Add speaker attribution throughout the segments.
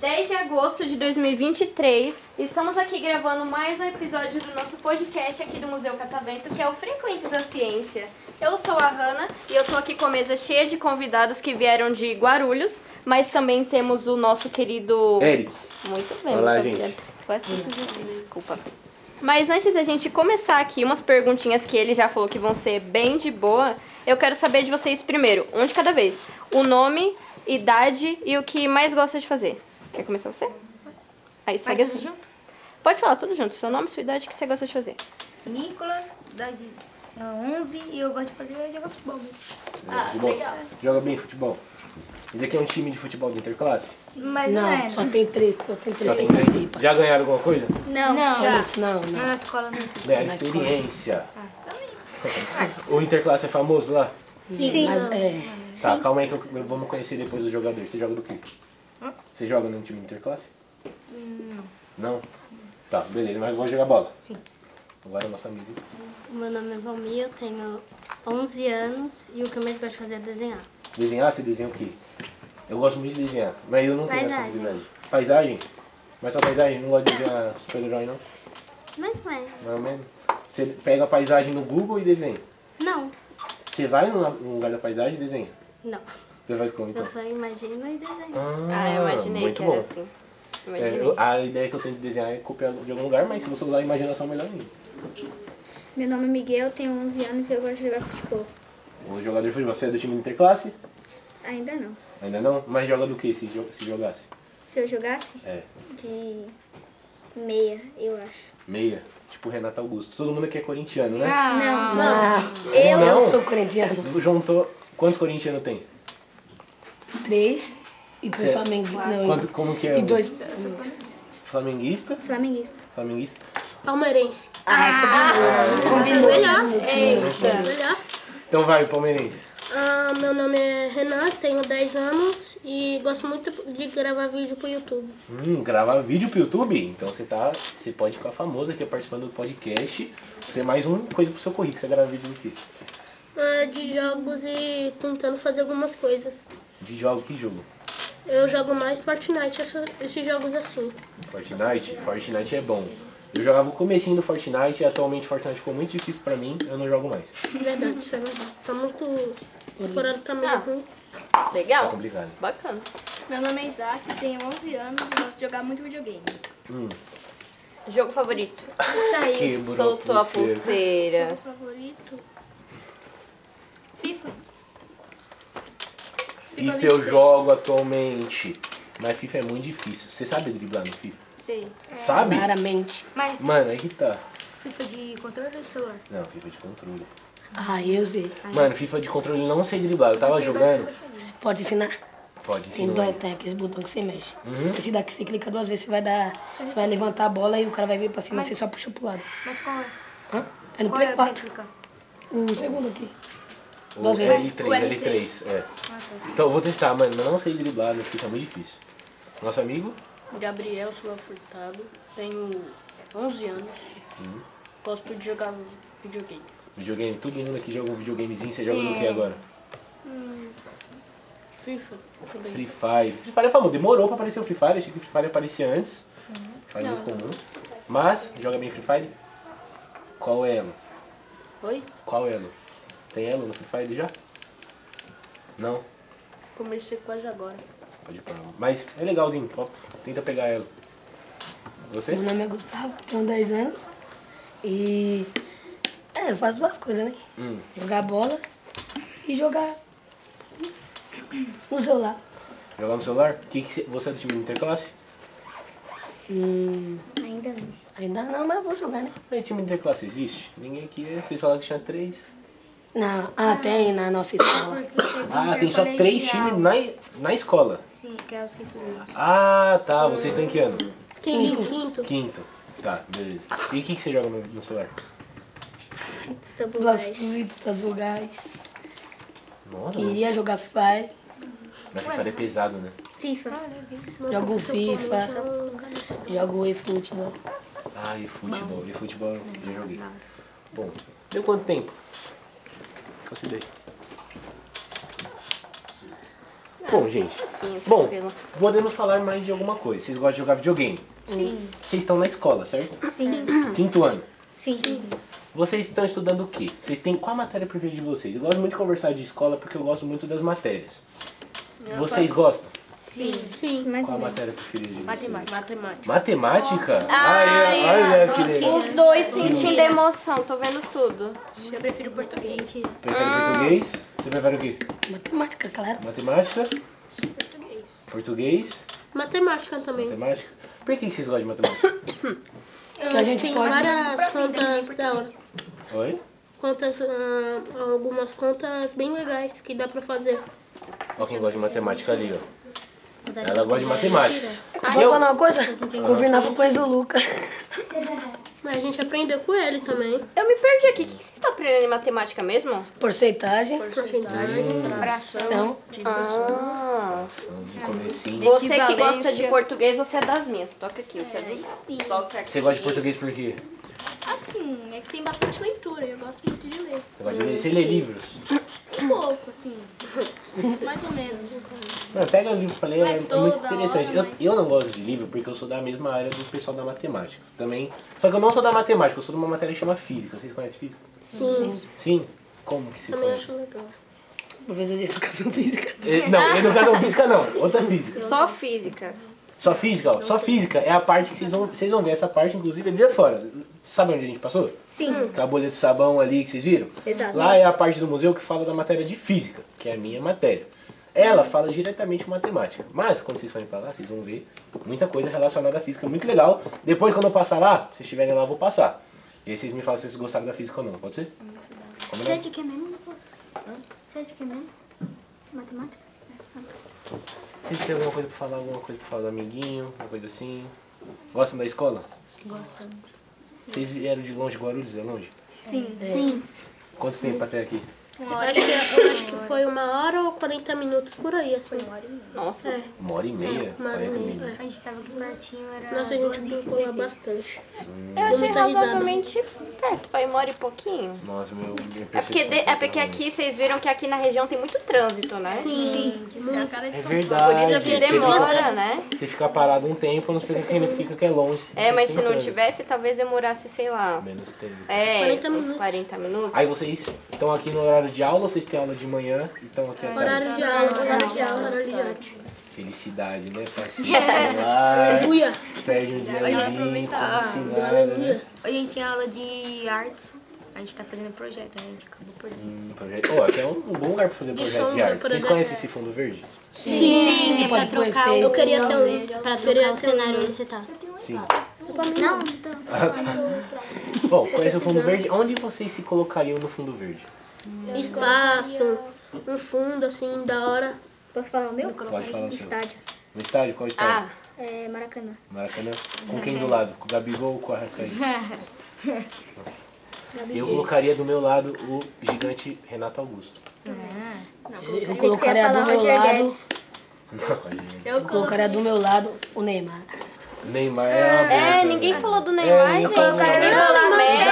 Speaker 1: 10 de agosto de 2023, estamos aqui gravando mais um episódio do nosso podcast aqui do Museu Catavento, que é o Frequências da Ciência. Eu sou a Hanna e eu tô aqui com a mesa cheia de convidados que vieram de Guarulhos, mas também temos o nosso querido...
Speaker 2: Eric.
Speaker 1: Muito bem,
Speaker 2: Olá,
Speaker 1: muito
Speaker 2: gente.
Speaker 1: obrigada. Quase que eu esqueci, né? Desculpa. Mas antes da gente começar aqui umas perguntinhas que ele já falou que vão ser bem de boa, eu quero saber de vocês primeiro, um de cada vez, o nome, idade e o que mais gosta de fazer. Quer começar você? Aí
Speaker 3: Vai
Speaker 1: segue
Speaker 3: tudo
Speaker 1: assim.
Speaker 3: junto?
Speaker 1: Pode falar tudo junto, seu nome, sua idade, o que você gosta de fazer.
Speaker 3: Nicolas, idade é 11 e eu gosto de fazer jogar futebol.
Speaker 1: Ah,
Speaker 2: Futebol.
Speaker 1: legal.
Speaker 2: Joga bem futebol. Esse aqui é um time de futebol de interclasse?
Speaker 3: Mas não,
Speaker 4: Não,
Speaker 3: é.
Speaker 4: só tem três, só tem três
Speaker 2: Já tem
Speaker 4: que
Speaker 2: três?
Speaker 4: participa.
Speaker 2: Já ganharam alguma coisa?
Speaker 3: Não,
Speaker 4: Não,
Speaker 3: já.
Speaker 4: gente, não, não.
Speaker 3: Na escola não.
Speaker 2: Ganharam
Speaker 4: Na
Speaker 2: experiência. o interclasse é famoso lá?
Speaker 3: Sim.
Speaker 4: Mas é.
Speaker 2: Tá, calma aí que eu, eu vou me conhecer depois do jogador. Você joga do quê? Você joga num time de interclasse? Não. Não? Tá, beleza, mas vou jogar bola. Sim. Agora é nosso amigo.
Speaker 5: Meu nome é Valmir, eu tenho 11 anos e o que eu mais gosto de fazer é desenhar.
Speaker 2: Desenhar, você desenha o quê? Eu gosto muito de desenhar, mas eu não tenho essa
Speaker 5: Paisagem.
Speaker 2: habilidade. Paisagem? Mas só paisagem? Não gosto de desenhar super-herói, não?
Speaker 5: Mas não é.
Speaker 2: Não é mesmo? Você pega a paisagem no Google e desenha.
Speaker 5: Não,
Speaker 2: Você vai no no lugar da paisagem e desenha.
Speaker 5: não.
Speaker 2: Você faz como então?
Speaker 5: Eu só imagino e desenho.
Speaker 1: Ah, eu imaginei
Speaker 2: muito
Speaker 1: que
Speaker 2: bom.
Speaker 1: era assim.
Speaker 2: É,
Speaker 1: Imaginei.
Speaker 2: eu- a ideia que eu tenho de desenhar é copiar de algum lugar, mas se você usar a imaginação, é melhor ainda.
Speaker 6: Meu nome é Miguel, tenho 11 anos e eu gosto de jogar futebol.
Speaker 2: O jogador de futebol, você é do time de interclasse?
Speaker 6: Ainda não.
Speaker 2: Ainda não? Mas joga do que se, jo- se jogasse?
Speaker 6: Se eu jogasse
Speaker 2: É,
Speaker 6: de meia, eu aacho.
Speaker 2: meia. Tipo Renato Augusto. Todo mundo aqui é corintiano, né?
Speaker 4: Ah.
Speaker 6: Não,
Speaker 2: eu não.
Speaker 4: sou corintiano.
Speaker 2: Juntou. Quantos corintianos tem?
Speaker 4: Três e dois
Speaker 2: Certo.
Speaker 4: flamenguistas. Não,
Speaker 2: É. Quanto, como que é?
Speaker 4: Um. e
Speaker 2: o-
Speaker 4: dois.
Speaker 2: Flamenguista?
Speaker 6: flamenguista.
Speaker 2: Flamenguista?
Speaker 5: Palmeirense.
Speaker 4: Ah,
Speaker 5: Ah.
Speaker 4: Combinou.
Speaker 2: Então vai, palmeirense.
Speaker 5: meu nome é Renan, tenho 10 anos e gosto muito de gravar vídeo pro YouTube.
Speaker 2: Hum, gravar vídeo pro YouTube? Então você tá. Você pode ficar famoso aqui participando do podcast. Você é mais uma coisa pro seu currículo, você grava vídeo do quê?
Speaker 5: Ah, de jogos e tentando fazer algumas coisas.
Speaker 2: De jogo, que jogo?
Speaker 5: Eu jogo mais Fortnite, essa- esses jogos assim.
Speaker 2: Fortnite? Fortnite é bom. Eu jogava o comecinho do Fortnite e atualmente Fortnite ficou muito difícil pra mim, eu não jogo mais.
Speaker 5: Verdade, isso é verdade. Tá muito. Fora do
Speaker 1: Ah.
Speaker 5: caminho ruim.
Speaker 2: Tá
Speaker 1: Legal.
Speaker 2: complicado.
Speaker 1: Bacana.
Speaker 3: Meu nome é Isaac, tenho 11 anos e gosto de jogar muito videogame.
Speaker 2: Hum,
Speaker 1: Jogo favorito.
Speaker 2: quebrou
Speaker 1: Soltou a pulseira.
Speaker 3: Favorito? FIFA.
Speaker 2: FIFA eu jogo atualmente. Mas FIFA é muito difícil. Você sabe driblar no FIFA?
Speaker 3: Sei.
Speaker 4: É.
Speaker 2: Sabe?
Speaker 4: Claramente.
Speaker 3: Mas
Speaker 2: Mano, aí que tá.
Speaker 3: FIFA de controle ou de celular?
Speaker 2: Não, FIFA é de controle.
Speaker 4: Ah, eu sei.
Speaker 2: Mano, FIFA é de controle não sei driblar. Eu tava jogando.
Speaker 4: Pode ensinar?
Speaker 2: Pode
Speaker 4: Tem
Speaker 2: ensinar.
Speaker 4: dois, tem aqueles botões que você mexe.
Speaker 2: Uhum.
Speaker 4: Esse daqui você clica duas vezes, você vai dar. Você vai levantar a bola e o cara vai vir pra cima, você só puxa pro lado.
Speaker 3: Mas qual é?
Speaker 4: Hã? É no
Speaker 3: Qual
Speaker 4: Play
Speaker 3: é a
Speaker 4: 4.
Speaker 3: técnica?
Speaker 4: O segundo aqui.
Speaker 2: O
Speaker 4: Duas vezes.
Speaker 2: L3, L3,
Speaker 4: Ah,
Speaker 2: é.
Speaker 4: tá.
Speaker 2: Então eu vou testar, mano. Eu não sei driblar no FIFA, é muito difícil. Nosso amigo?
Speaker 7: Gabriel Silva Furtado, tenho 11 anos, gosto de jogar videogame.
Speaker 2: Videogame, todo mundo aqui joga um videogamezinho, você joga no que agora?
Speaker 7: FIFA também.
Speaker 2: Free Fire. Free Fire é famoso, demorou pra aparecer o Free Fire, achei que o Free Fire aparecia antes.
Speaker 4: Uhum.
Speaker 2: Free Fire é muito comum. Mas, joga bem Free Fire? Qual é, elo?
Speaker 7: Oi?
Speaker 2: Qual elo? Tem elo no Free Fire já? Não?
Speaker 7: Comecei quase agora.
Speaker 2: Pode parar. Mas é legalzinho, ó, tenta pegar elo. Você?
Speaker 4: Meu nome é Gustavo, tenho 10 anos. E. É, eu faço duas coisas, né?
Speaker 2: Hum.
Speaker 4: Jogar bola e jogar no celular.
Speaker 2: Jogar no celular? Que que cê- você é do time de interclasse?
Speaker 4: Hum,
Speaker 6: Ainda não.
Speaker 4: ainda não, mas eu vou jogar, né?
Speaker 2: Aí time de interclasse existe? Ninguém aqui é. Vocês falaram que tinha três.
Speaker 4: Não, ah, tem na nossa escola.
Speaker 2: Ah, tem só três times na, na escola.
Speaker 3: Sim, que é os que tu
Speaker 2: Ah, tá. Vocês estão em que ano?
Speaker 5: Quem Quinto. Quinto.
Speaker 2: Quinto. Tá, beleza. E o que, que você joga no, no celular?
Speaker 3: tá
Speaker 4: Duas fluidos, duas vulgais.
Speaker 2: Nossa,
Speaker 4: Queria jogar Free Fire,
Speaker 2: mas FIFA é pesado, né?
Speaker 6: FIFA. né?
Speaker 4: jogo FIFA, jogo eFootball.
Speaker 2: Ah, e futebol. E futebol eu já joguei. Bom, deu quanto tempo? Faço ideia. Bom, gente. Bom, podemos falar mais de alguma coisa. Vocês gostam de jogar videogame? Sim. Uhum. Vocês estão na escola, certo? Sim. Quinto ano.
Speaker 3: Sim.
Speaker 2: Vocês estão estudando o quê? Vocês têm qual a matéria preferida de vocês? Eu gosto muito de conversar de escola porque eu gosto muito das matérias. Vocês gostam?
Speaker 6: Sim, mas
Speaker 2: Qual a matéria preferida de vocês?
Speaker 3: Matemática.
Speaker 7: Matemática.
Speaker 2: Matemática? Ai, ai, ai, que legal.
Speaker 1: Os dois sentindo emoção, tô vendo tudo.
Speaker 7: Eu prefiro português.
Speaker 2: Prefere
Speaker 6: Ah.
Speaker 2: português? Você prefere o quê?
Speaker 4: Matemática, claro.
Speaker 2: Matemática? Português.
Speaker 5: Matemática também.
Speaker 2: Matemática? Por que que vocês gostam de matemática?
Speaker 5: Eu
Speaker 4: Que a gente
Speaker 5: tem
Speaker 4: pode-
Speaker 5: várias contas da hora.
Speaker 2: Oi?
Speaker 5: Contas, ah, algumas contas bem legais que dá pra fazer.
Speaker 2: Olha quem gosta de matemática ali, ó. Ela gosta de matemática.
Speaker 4: Vou falar uma coisa? Combinava com o Lucas.
Speaker 5: Mas a gente aprendeu com ele também.
Speaker 1: Eu me perdi aqui. O que que vocês estão aprendendo em matemática mesmo?
Speaker 4: Porcentagem, fração.
Speaker 1: Ah,
Speaker 2: No comecinho.
Speaker 1: você que gosta de português, você é das minhas. Toca aqui, você é do...
Speaker 6: sim.
Speaker 1: Toca aqui.
Speaker 2: Você gosta de português por quê?
Speaker 6: Assim, é que tem bastante leitura, eu gosto muito de ler.
Speaker 2: Você gosta de ler? Você lê livros?
Speaker 6: Um pouco, assim. Mais ou menos.
Speaker 2: Não, pega o livro pra ler, é, é muito
Speaker 6: toda
Speaker 2: interessante.
Speaker 6: hora,
Speaker 2: Eu, eu não gosto de livro porque eu sou da mesma área do pessoal da matemática. Também. Só que eu não sou da matemática, eu sou de uma matéria que chama física. Vocês conhecem física?
Speaker 5: Sim,
Speaker 2: Sim? Como que se
Speaker 5: também
Speaker 2: conhece?
Speaker 5: acho legal.
Speaker 4: Professor de educação física.
Speaker 2: Eh, Não, educação física não, outra física.
Speaker 1: Só física.
Speaker 2: Só física, ó. Só física é a parte que vocês vão, vocês vão ver essa parte, inclusive, ali fora. Sabe onde a gente passou? Hum.
Speaker 3: Sim.
Speaker 2: Aquela bolha de sabão ali que vocês viram?
Speaker 3: Exato.
Speaker 2: Lá é a parte do museu que fala da matéria de física, que é a minha matéria. Ela fala diretamente com matemática. Mas quando vocês forem pra lá, vocês vão ver muita coisa relacionada à física, muito legal. Depois, quando eu passar lá, se vocês estiverem lá, eu vou passar. E aí vocês me falam se vocês gostaram da física ou não, pode ser? Como
Speaker 6: Você é de que mesmo? Você é de
Speaker 3: né?
Speaker 6: que mesmo? Matemática?
Speaker 2: Vocês têm alguma coisa pra falar, alguma coisa pra falar do amiguinho, alguma coisa assim? Gostam da escola? Gostam. Vocês vieram de longe, Guarulhos é longe?
Speaker 6: Sim. Sim.
Speaker 2: Quanto tempo até aqui?
Speaker 5: Eu acho, que, eu acho que foi uma hora ou 40 minutos por aí, assim.
Speaker 1: Nossa.
Speaker 2: Uma
Speaker 1: É,
Speaker 2: hora e meia?
Speaker 5: Uma hora e
Speaker 2: 40 minutos.
Speaker 5: meia.
Speaker 6: A gente tava aqui pertinho, era.
Speaker 5: Nossa, a gente brincou lá bastante.
Speaker 1: Eu achei
Speaker 5: muita risada.
Speaker 1: razoavelmente perto, vai embora e pouquinho.
Speaker 2: Nossa, meu, minha tá
Speaker 1: É porque, de- é porque aqui vocês viram que aqui na região tem muito trânsito, né? Sim.
Speaker 2: É
Speaker 1: Por isso
Speaker 2: verdade.
Speaker 1: que
Speaker 2: gente. Você fica-
Speaker 1: Ah, demora, né?
Speaker 2: Você fica parado um tempo, não sei o que significa que é longe.
Speaker 1: É, mas se
Speaker 2: Tem
Speaker 1: não
Speaker 2: trânsito.
Speaker 1: tivesse, talvez demorasse, sei lá.
Speaker 2: Menos tempo.
Speaker 1: É,
Speaker 5: 40
Speaker 1: uns
Speaker 5: minutos.
Speaker 1: 40 minutos.
Speaker 2: Aí vocês estão aqui no horário de aula ou vocês têm aula de manhã e estão aqui
Speaker 1: É.
Speaker 2: à tarde?
Speaker 5: Horário de aula, horário de aula, horário de aula.
Speaker 2: Felicidade, né? Parceiro? Vai,
Speaker 5: Aleluia,
Speaker 2: Perde um diazinho, felicidade.
Speaker 5: aleluia.
Speaker 3: A gente tinha aula de artes. A gente tá fazendo projeto, a gente acabou por
Speaker 2: Hum, projeto. Oh, aqui é um, um bom lugar pra fazer projeto de
Speaker 5: sombra,
Speaker 2: arte.
Speaker 5: por
Speaker 2: Vocês
Speaker 5: exemplo.
Speaker 2: conhecem esse fundo verde?
Speaker 4: Sim, Você pode pôr efeito.
Speaker 5: Eu queria ter um.
Speaker 8: Pra trocar
Speaker 5: Queria
Speaker 8: o
Speaker 5: ter um.
Speaker 8: cenário onde você tá.
Speaker 2: Sim. Ah, tá.
Speaker 6: Não, então.
Speaker 2: Bom, conhece o fundo verde. Onde vocês se colocariam no fundo verde?
Speaker 5: espaço, um fundo assim, da hora.
Speaker 6: Posso falar o meu?
Speaker 2: Pode falar o seu.
Speaker 6: Estádio.
Speaker 2: No estádio? Qual estádio?
Speaker 1: Ah,
Speaker 6: É Maracanã.
Speaker 2: Maracanã? Com quem do lado? Com o Gabigol ou com a Rascaí? Eu colocaria do meu lado o gigante Renato Augusto.
Speaker 4: Eu
Speaker 6: Pensei que você ia
Speaker 4: colocaria
Speaker 6: falar
Speaker 4: do meu
Speaker 6: Roger
Speaker 4: lado.
Speaker 6: Guedes.
Speaker 4: Eu colocaria do meu lado o Neymar.
Speaker 2: Neymar é uma boa
Speaker 1: é,
Speaker 2: também.
Speaker 1: ninguém falou do Neymar, gente. Ninguém falou do Messi,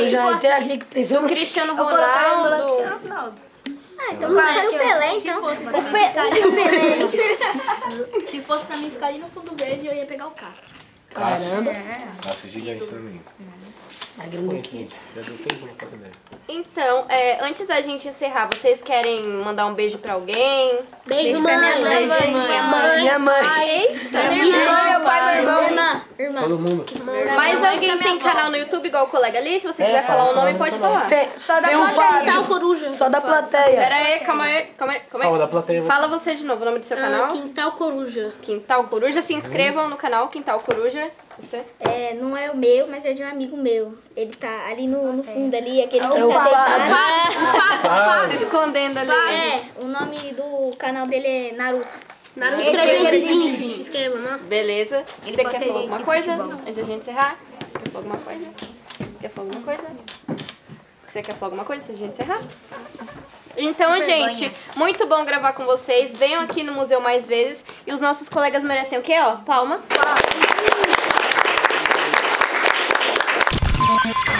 Speaker 4: Eu já até aqui que pensou
Speaker 1: do
Speaker 4: que
Speaker 1: Cristiano Ronaldo.
Speaker 6: Ah, então colocaram o Pelé, então. O
Speaker 8: Se fosse pra mim ficar ali no fundo verde, eu ia pegar o Cássio.
Speaker 2: Cássio.
Speaker 4: Caramba.
Speaker 2: Cássio é gigante também.
Speaker 4: tá grande aqui.
Speaker 2: Já deu tempo na casa dele.
Speaker 1: Então, é, antes da gente encerrar, vocês querem mandar um beijo pra alguém?
Speaker 5: Beijo, mãe.
Speaker 4: Minha mãe.
Speaker 2: Todo mundo.
Speaker 1: Mas alguém tem canal no YouTube igual o colega ali? Se
Speaker 2: É,
Speaker 1: você quiser falar o nome, pode falar.
Speaker 4: Tem, tem um
Speaker 8: é
Speaker 5: Tal
Speaker 4: Fábio.
Speaker 5: coruja.
Speaker 4: Só da plateia.
Speaker 1: Pera aí, calma aí, calma aí, calma
Speaker 2: Fala da
Speaker 1: aí.
Speaker 2: plateia.
Speaker 1: Fala você de novo o nome do seu canal.
Speaker 5: Ah, quintal coruja.
Speaker 1: Quintal Coruja, se inscrevam no canal Quintal Coruja. Você?
Speaker 6: É, não é o meu, mas é de um amigo meu. Ele tá ali no, no fundo ali, aquele que
Speaker 4: É o
Speaker 6: tá
Speaker 3: Ah,
Speaker 4: Fábio.
Speaker 1: Se escondendo ali.
Speaker 6: É, o nome do canal dele é Naruto. é
Speaker 5: Naruto 320. Se inscreva, né?
Speaker 1: Beleza. Você quer falar alguma coisa? Antes da gente encerrar? Quer falar alguma coisa? Quer falar alguma coisa? Você quer falar alguma coisa antes da gente encerrar? Então, gente, muito bom gravar com vocês. Venham aqui no museu mais vezes. E os nossos colegas merecem o quê? Ó, palmas.
Speaker 2: Música